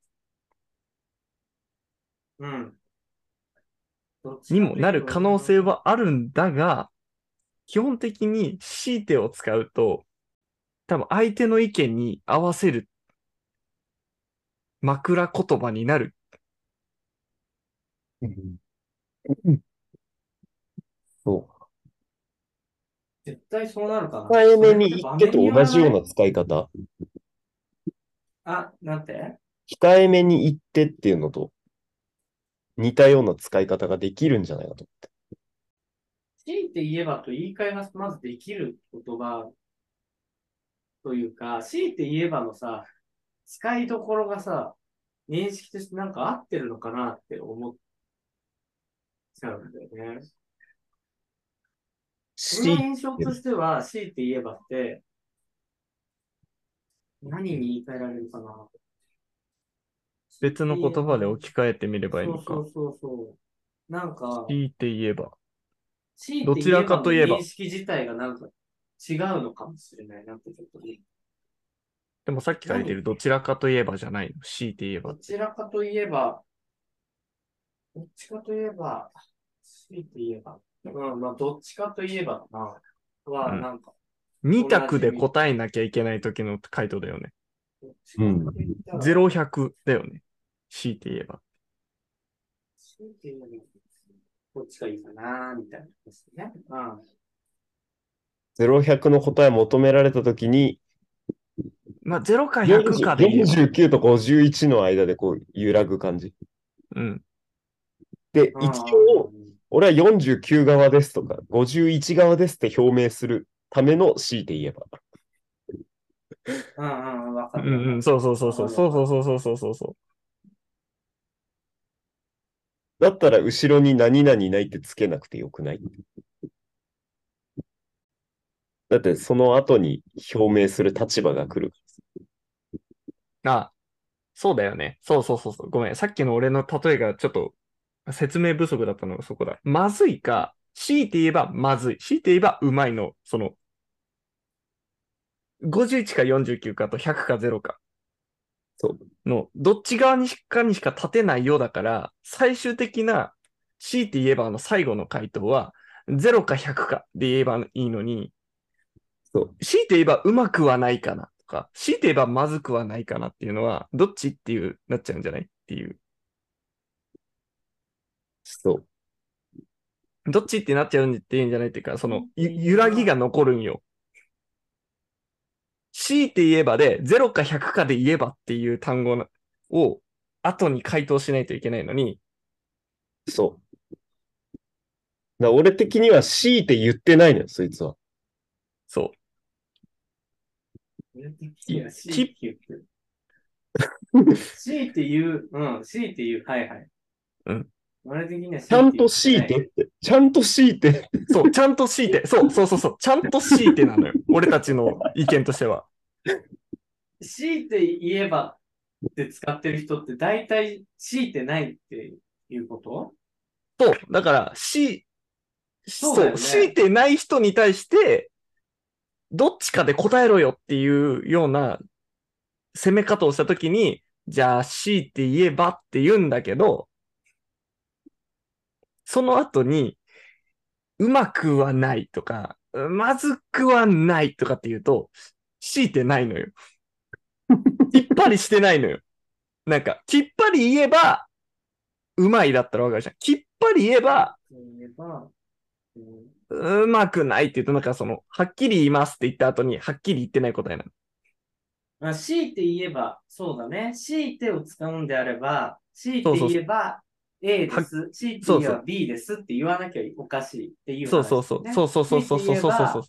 うん。どっちかとい
に
えば
もなる可能性。はあるんだが、基本的に強いてを使うと、多分相手の意見に合わせる枕言葉になる。
そう。
絶対そうなるかな。
控えめに言ってと同じよう
な
な使い方。。
あ、なんて
控えめに言ってっていうのと似たような使い方ができるんじゃないかと。
強いて言えばと言い換えがまずできる言葉というか、強いて言えばのさ、使いどころがさ、認識としてなんか合ってるのかなって思っちゃうんだよね。俺の印象としては、強いて言えばって、何に言い換えられるかな。
別の言葉で置き換えてみればいいの
そ
か
う。そうそうそう。なんか、
強いて言えば。
強い
どちらかといえば
ての認識自体がなんか違うのかもしれないなってちょっとね。
でもさっきから言ってるどちらかといえばじゃないの。強いて言えば
ど。ちらかといえば、どっちかといえば、強いて言えば、うん、まあ、どっちかといえばな、は、
うん
なんか、
二択で答えなきゃいけない時の回答だよね。
どっちかといえば、
ゼロ100だよね。強いて言えば。
強いて言えば、こっちがいいかな、みたいなことですね。うん。
0100の答え求められたときに、
まあ、0か100かで言えば。
49と51の間でこう揺らぐ感じ。
うん。
で、
うん
一応、、俺は49側ですとか、51側ですって表明するための強いて言えば。
うんうんうん、わか
う
る。
んうん。そうそうそうそう。そうそうそうそうそうそう。
だったら後ろに何々ないってつけなくてよくないだってその後に表明する立場が来る。
あ、そうだよね。そうそうそうそう。ごめん。さっきの俺の例えがちょっと説明不足だったのがそこだ。まずいか、強いて言えばまずい。強いて言えばうまいの、その、51か49かと100か0か
そう。
の、どっち側にしかにしか立てないようだから、最終的な強いて言えばの最後の回答は、0か100かで言えばいいのに、
そう。
強いて言えばうまくはないかなとか、強いて言えばまずくはないかなっていうのは、どっちっていう、なっちゃうんじゃないっていう。
そう。
どっちってなっちゃうんっていうんじゃないっていうか、その、ゆ揺らぎが残るんよ。強いて言えばで、0か100かで言えばっていう単語なを、後に回答しないといけないのに、
そう。だから俺的には強いて言ってないのよ、そいつは。
そう。
いや、強いて言う。強いて言う。うん、強いて言う。はいはい。
うん。
俺的には
ちゃんと強いてって。ちゃんと強いて。
そう、ちゃんと強いて、そう、そうそうそう、ちゃんと強いてなのよ。俺たちの意見としては。
強いて言えばって使ってる人って大体強いてないっていうこと
と、だから、し、そう
だよね
強いてない人に対して、どっちかで答えろよっていうような攻め方をしたときに、じゃあ C って言えばって言うんだけど、その後に、うまくはないとか、まずくはないとかって言うと、強いてないのよ。きっぱりしてないのよ。なんか、きっぱり言えば、うまいだったらわかるじゃん。きっぱり言えば、
そういえば、うん
うまくないって言うと、なんかその、はっきり言いますって言った後に、はっきり言ってない答えなの。
まあ、強いて言えば、そうだね。強いてを使うんであれば、強いて言えば A
そ
で
う
す。強いて
そう
言えば B ですって言わなきゃおかしいっていう
そう
話
そうそう。
ね
そうそうそうそうそうそうそうそう。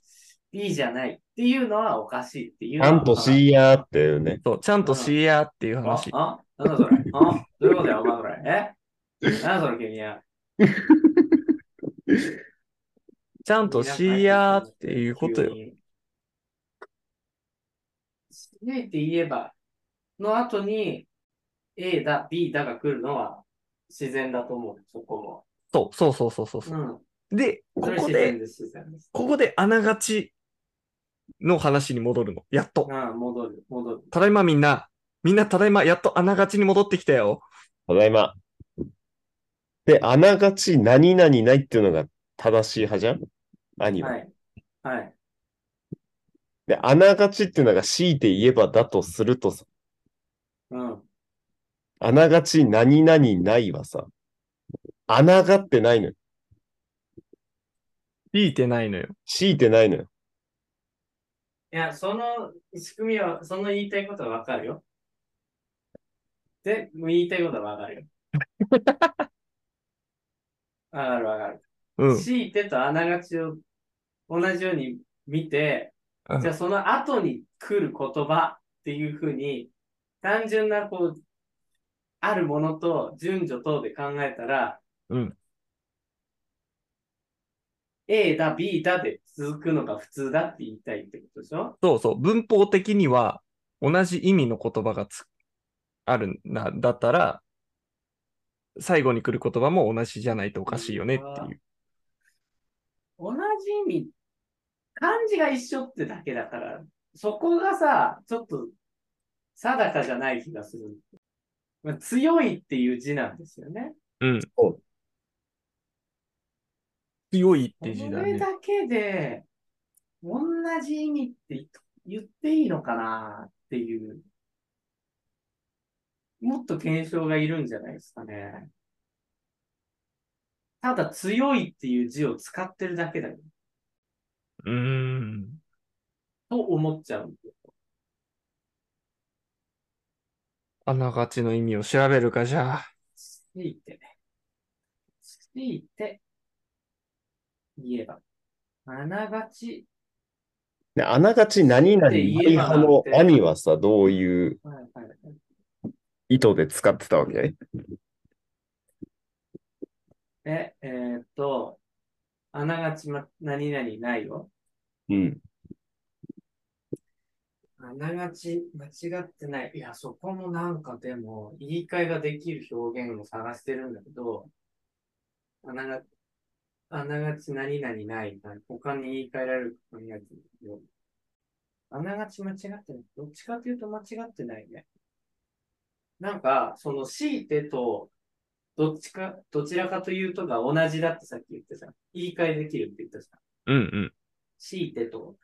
B じゃないっていうのはおかしいっていう
ち
のは。
ゃんと
い
C やーっていうね。
そう、ちゃんとしやっていう
あ
話。
あなんだそれあどういうことだよ、お前それ。えなんだそれ、君は。
ちゃんとしやっていうことよ。
急に。強いて言えば、の後に A だ、B だが来るのは自然だと思う、そこも。
そうそうそうそうそう
う
そ
ん。
う。で、
そ
こ
れ
こ
自然
で、
です、自然です。
ここであながちの話に戻るの。やっと。
ああ、戻る、戻る。
ただいまみんな。みんなただいま、やっとあながちに戻ってきたよ。
ただいま。で、あながち何々ないっていうのが正しい派じゃん兄は。
はい。はい。
で、あながちっていうのが強いて言えばだとするとさ、
うん。
あながち何々ないはさ、穴がってないのよ。
言いてないのよ。
強いてないのよ。
いや、その仕組みは、その言いたいことはわかるよ。で、言いたいことはわ
(laughs)
かるよ。わかるわかる。
うん。
強いてとあながちを同じように見て、
うん
じゃあその後に来る言葉っていうふうに、単純なこう、あるものと順序等で考えたら、
うん。
A だ、B だで続くのが普通だって言いたいってことでしょ
そうそう。文法的には、同じ意味の言葉がつあるな、だったら、最後に来る言葉も同じじゃないとおかしいよねっていう。
同じ意味、漢字が一緒ってだけだから、そこがさ、ちょっと定かじゃない気がする。まあ、強いっていう字なんですよね。
うん
そう。
強いっ
こ
て字だ
れ
ね
だ。けで、同じ意味って言っていいのかなっていう。もっと検証がいるんじゃないですかね。ただ強いっていう字を使ってるだけだよ。
うーん。
と思っちゃうんで。
あながちの意味を調べるか、じゃあ。
ついて、ついて、言えば、あながち、
で、あながち何々ない派の兄はさ、どういう
はいはいはい
意図で使ってたわけ
え、えーっと、あながち、ま、何々ないよ。
うん。
あながち、間違ってない。いや、そこもなんかでも、言い換えができる表現を探してるんだけど、あなが、あながち何々ない。他に言い換えられることになるよ。あながち間違ってない。どっちかというと間違ってないね。なんか、その強いてと、どっちか、どちらかというとが同じだってさっき言ってた。言い換えできるって言ったじゃん。
うんうん。
強いてと、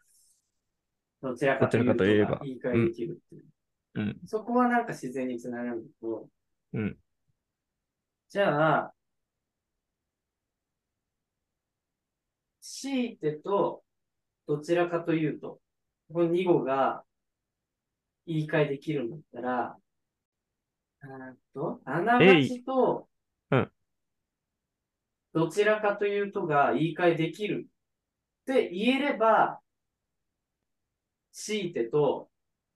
どちらかという
どちらかといえ
と
ば
が言い換えできるっていう。
うん。
そこはなんか自然につながるんだけど、
うん。
じゃあ、強いてと、どちらかというと、この2語が言い換えできるんだったら、あーっと、あながちと
えいうん、
どちらかというとが言い換えできるって言えれば、強いてと、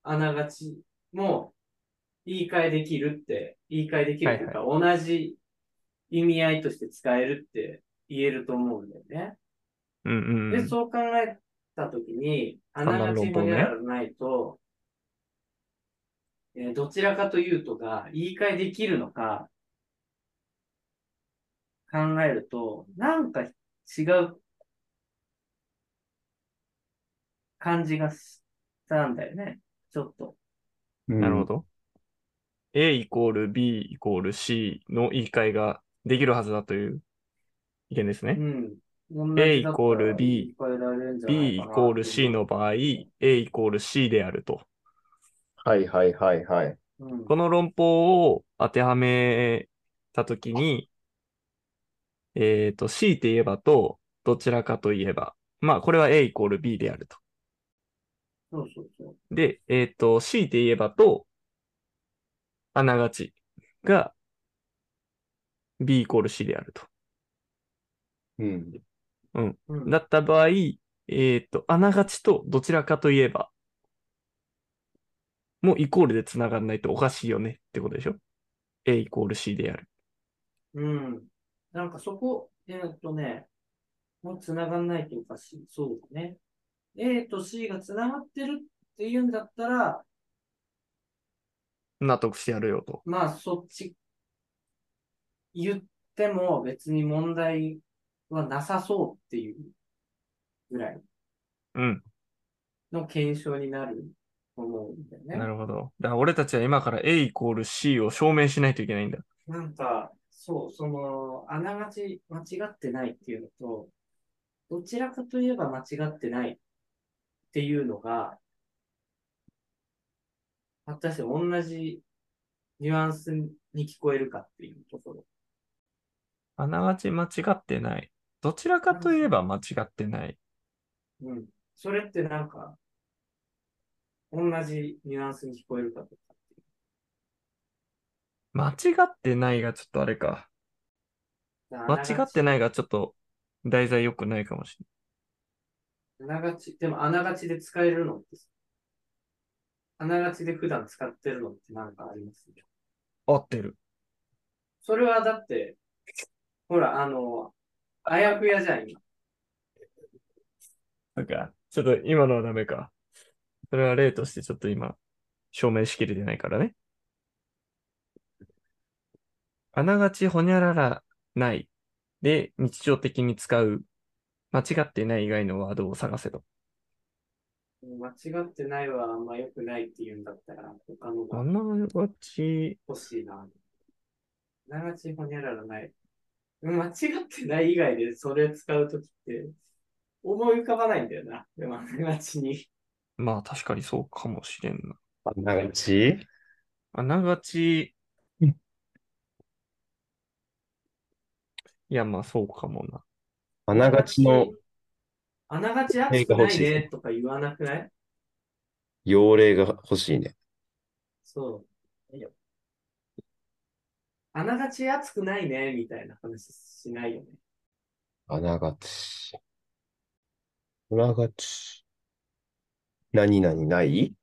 あながちも言い換えできるって、言い換えできるというか、同じ意味合いとして使えるって言えると思うんだよね。
うんうんう
で、
ん。
そう考えたときに、あ
な
ながち
論法
ほ
ね
にゃららないと、えーどちらかというとが言い換えできるのか、考えると、なんか違う感じがしたんだよね。ちょっと。
なるほ
ど。
ど。A イコール B イコール C の言い換えができるはずだという意見です
う
ね。
ん。同じだったら
A イコール B
いっぱいられるんじゃない
B イ
かな
コール C の場合、A イコール C であると。
はいはいはいはい。
うん
この論法を当てはめたときに、えっ、と、強いて言えばと、どちらかといえば、まあ、これは A イコール B であると。
そうそうそう。
で、えっ、と、強いて言えばと、あながちが B イコール C であると。
うん。
うん
だった場合、えっと、あながちとどちらかといえば、もうイコールで繋がんないとおかしいよねってことでしょ ?A イコール C である。
うん。なんかそこ、えーっとね、もう繋がんないというかし、そうだね。A と C が繋がってるっていうんだったら、
納得してやるよと。
まあそっち言っても別に問題はなさそうっていうぐらい
うん。
の検証になると思うんだよね。
なるほど。だから俺たちは今から A イコール C を証明しないといけないんだ。
なんか、そう、その、あながち間違ってないっていうのと、どちらかといえば間違ってないっていうのが、果たして同じニュアンスに聞こえるかっていうところ。
あながち間違ってない。どちらかといえば間違ってない。
うん。それってなんか、同じニュアンスに聞こえるかとかってい
間違ってないがちょっとあれか。
う。
間違って
い。
ないがちょっと題材良くないかもしれない。
あながち、でもあながちで使えるのって、あながちで普段使ってるのってなんかあります
合ってる。
それはだって、ほら、あの、あやふやじゃん、今。
なんか、ちょっと今のはダメか。それは例としてちょっと今、証明しきれてないからね。あながちほにゃららない。で、日常的に使う、間違ってない以外のワードを探せと。
間違ってないはあんま良くないって言うんだったら、他の
あ
が
ながち、
欲しいな。ながちほにゃららない。間違ってない以外でそれ使うときって、思い浮かばないんだよな。でも、あながちに。
まあ確かにそうかもしれんな。
あながち
あながち、
うん
いや、まあそうかもな。
あながちの
あながち熱くないねとか言わなくない
用例が欲しいね。
そう。あながち熱くないね、みたいな話しないよね。
あながち。あながち。何々ない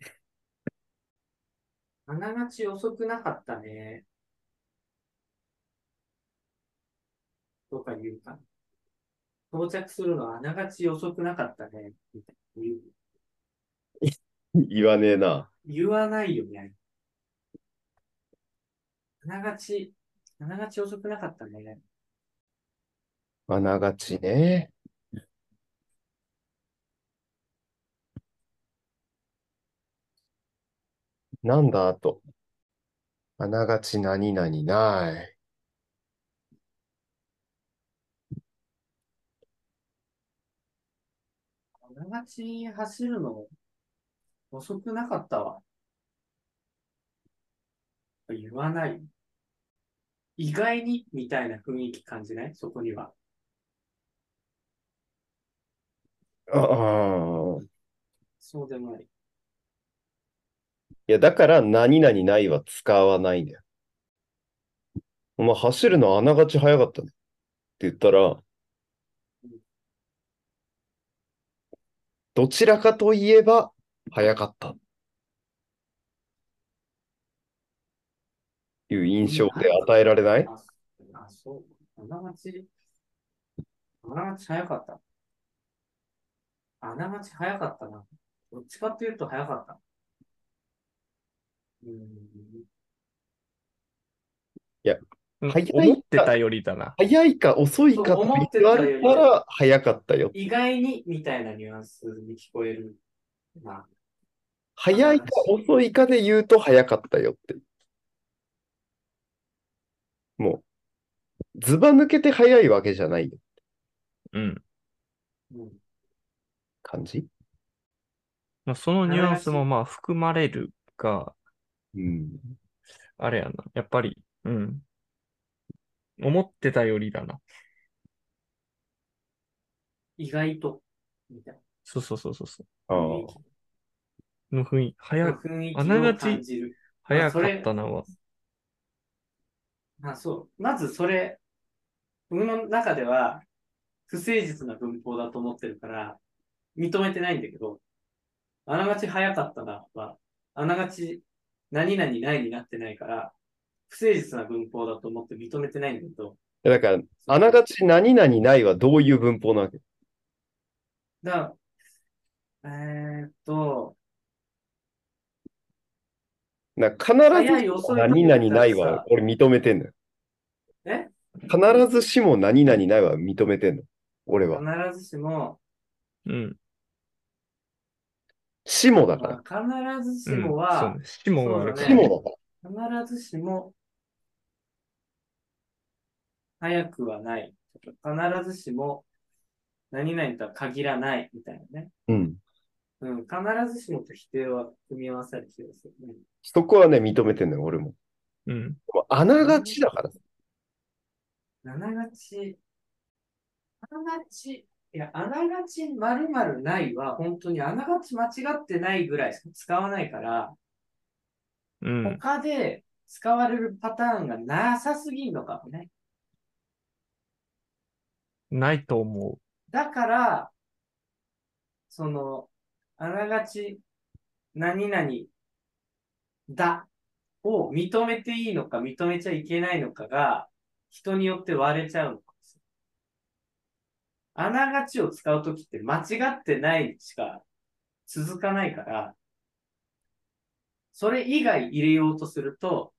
(laughs)
あながち遅くなかったね。とか言うかな。到着するのはあながち遅くなかったね。みたいな言う
言わねえな。
言わないよね。あながち、あながち遅くなかったね。
あながちね。なんだ、あと。あながち何々ない。
あながち走るの遅くなかったわ。言わない。意外にみたいな雰囲気感じないそこには。
ああ。
そうでもない。
いや、だから、何々ないは使わないんだよ。お前、走るのあながち早かったね。って言ったら、どちらかといえば、早かった。いう印象で与えられない
あ、あそう。あながち、あながち早かった。あながち早かったな。どっちかというと早かった。うーん。
うん
早い
思ってたよりだな。
早いか遅いか
そう
と
思って
言わ
た
れ
より
たら早かったよ。
意外にみたいなニュアンスに聞こえるな。
早いか遅いかで言うと早かったよって。もう、ずば抜けて早いわけじゃない
うん。
うん
感じ
まあ、そのニュアンスもまあ含まれるが、
うん。
あれやな。やっぱり、うん。思ってたよりだな。
意外と、みたい
そうそうそうそうそ
あ
な
あ。
雰囲気。
う。の雰囲気、早く、
雰囲
あな
気
が
を
ち
感じる。
早かったなは。
あ、そう。まずそれ、僕の中では、不誠実な文法だと思ってるから、認めてないんだけど、あながち早かったなは、あながち何々ないになってないから、不誠実な文法だと思って認めてないんだけど、
だから、あながち何々ないはどういう文法なわけ
だから、えーっと、
だから必ず
早い
しも
遅いとか
何
言ったらさ
々ないは俺認めてんのよ。
え
必ずしも何々ないは認めてんの。俺は。
必ずしも、
うん。
しもだか
まあ必ず
う
し
ん
もは、
そうねしもがある
ら。
か
そう
ら
し
だね
もだから。
必ずしも、早くはない。必ずしも、何々とは限らない、みたいなね。
うん。
うん、必ずしもと否定は組み合わされてるんですよね。
そこはね、認めてんのよ、俺も。
うん。
でもあながちだから。
あながち、あながち、いや、あながち〇〇ないは、本当にあながち間違ってないぐらいしか使わないから、
うん。
他で使われるパターンがなさすぎんのかもね。
ないと思
だから、その、あながち、何々だを認めていいのか認めちゃいけないのかが、人によって割れちゃうのかもしれない。あながちを使うときって間違ってないしか続かないから、それ以外入れようとすると、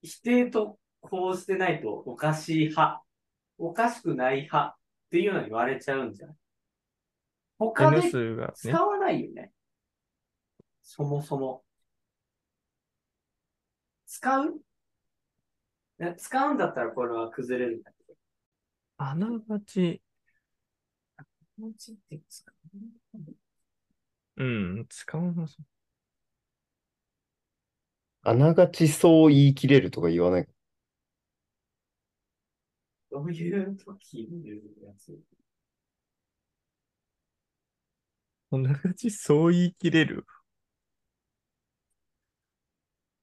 否定とこうしてないとおかしい派おかしくない派っていうのに割れちゃうんじゃない
う。
他
N
で
数がね。
使わないよね。そもそも。使うね使うんだったらこれは崩れるんだけど。
あながち、
気持ちって使う
うん、使わなそう。
あながちそう言い切れるとか言わない。
どういう時に言うやつ
あながちそう言い切れる。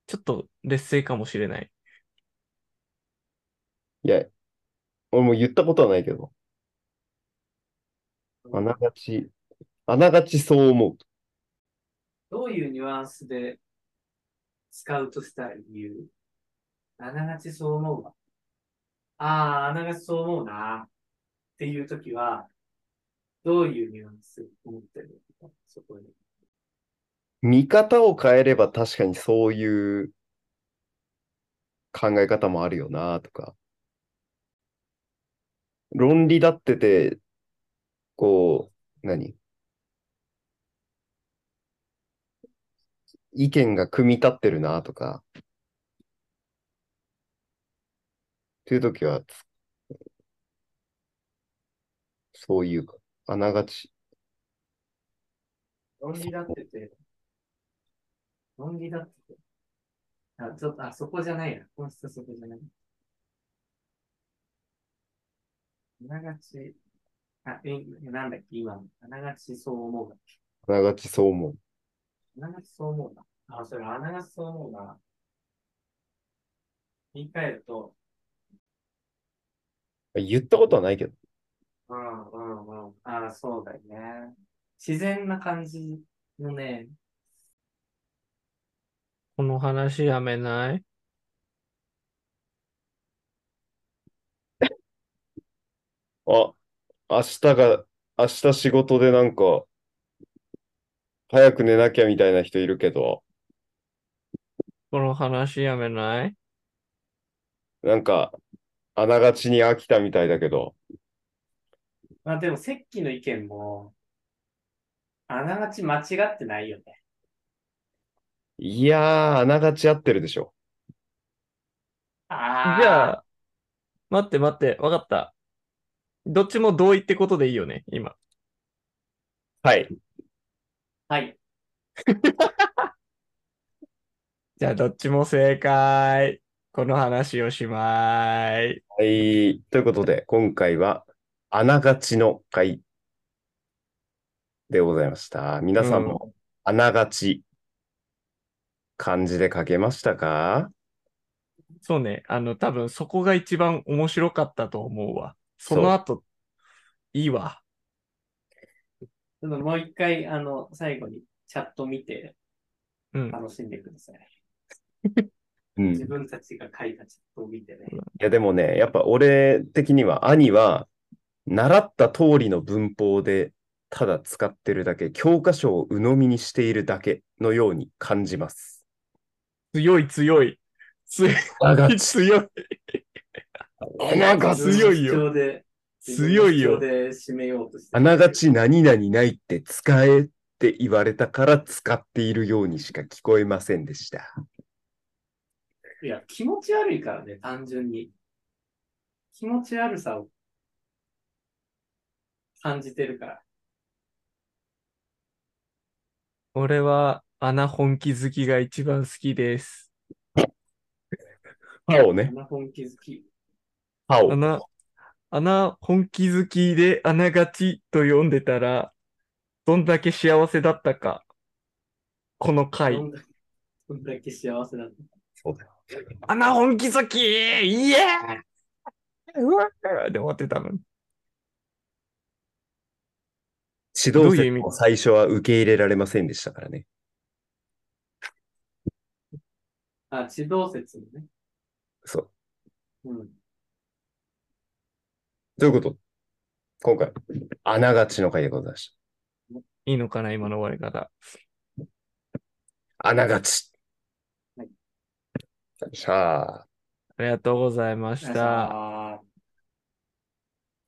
ちょっと劣勢かもしれない。
いや、俺も言ったことはないけど。あながち、あながちそう思う。
どういうニュアンスで使うとしたら言うあながちそう思うわ。ああ、あながちそう思うな。っていうときは、どういうニュアンスを持ってるのそこに。
見方を変えれば確かにそういう考え方もあるよなとか。論理立ってて、こう、何意見が組み立ってるなとか。っていう時はつ、そういうか、あながち。
論理立ってて、論理立ってて。あ、ちょっと、あ、そこじゃないな。本質はそこじゃない。あながち、あ、え、なんだっけ、今の。あながちそう思うわ
あながちそう思う。
あながちそう思うな。あ、それ、あながちそう思うな。言い換えると、
言ったことはないけど。
うんうんうん。ああ、そうだよね。自然な感じのね、
この話やめない
あ、明日が、明日仕事でなんか、早く寝なきゃみたいな人いるけど、
この話やめない
なんか、あながちに飽きたみたいだけど、
まあでも、石器の意見も、あながち間違ってないよね。
いやー、あながち合ってるでしょ。
ああ。
じゃあ、待って待って、わかった。どっちも同意ってことでいいよね、今。
はい。
はい。
じゃあ、どっちも正解。この話おしまい。
はい。ということで、今回は、あながちの回でございました。皆さんも、あながち、漢字で書けましたか
そうね、あの、多分そこが一番面白かったと思うわ。その後、いいわ。
ちょっともう一回、あの、最後にチャット見て
うん。
楽しんでください。
うん。
自分たちが書いたチャットを見てね。
いや、でもね、やっぱ俺的には、兄は、習った通りの文法で、ただ使ってるだけ、教科書を鵜呑みにしているだけのように感じます。
強い強い。強い
あながち。
強い。
あながち。
強いよ
自分の主張で、
強い
自
よ
分。の主張で締めようとして。
あなが。ち何々ないって使えって言われたから使っているようにしか聞こえませんでした。
いや、気持ち悪いからね、単純に。気持ち悪さを感じてるから。
俺は穴本気好きが一番好きです。
歯をね、
穴本気づき。
歯を。
穴、穴本気好きで穴がちと読んでたら、どんだけ幸せだったか。この
ど
回。
んだけどんだけ幸せだった。
そうだよ
穴本気好きイエーうわーで終わってたのに。
指導
どういう
生
意味
も最初は受け入れられませんでしたからね。
あ、地動説のね。
そう。
うん。
ということで。今回、あながちの回でございまし
いいのかな今の終わり
た。
方。
あながち。
はい
さあ。
ありがとうございま
お
し。
願いしたます